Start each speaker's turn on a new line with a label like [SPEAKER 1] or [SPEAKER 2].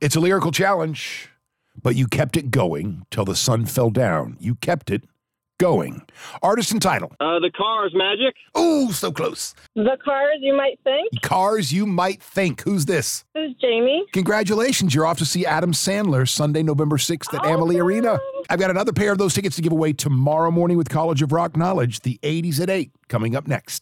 [SPEAKER 1] It's a lyrical challenge, but you kept it going till the sun fell down. You kept it going. Artist and title.
[SPEAKER 2] Uh, the Cars, Magic.
[SPEAKER 1] Ooh, so close.
[SPEAKER 3] The cars you might think.
[SPEAKER 1] Cars you might think. Who's this?
[SPEAKER 3] This is Jamie.
[SPEAKER 1] Congratulations, you're off to see Adam Sandler Sunday, November 6th at Amalie Arena. I've got another pair of those tickets to give away tomorrow morning with College of Rock Knowledge, the 80s at 8, coming up next.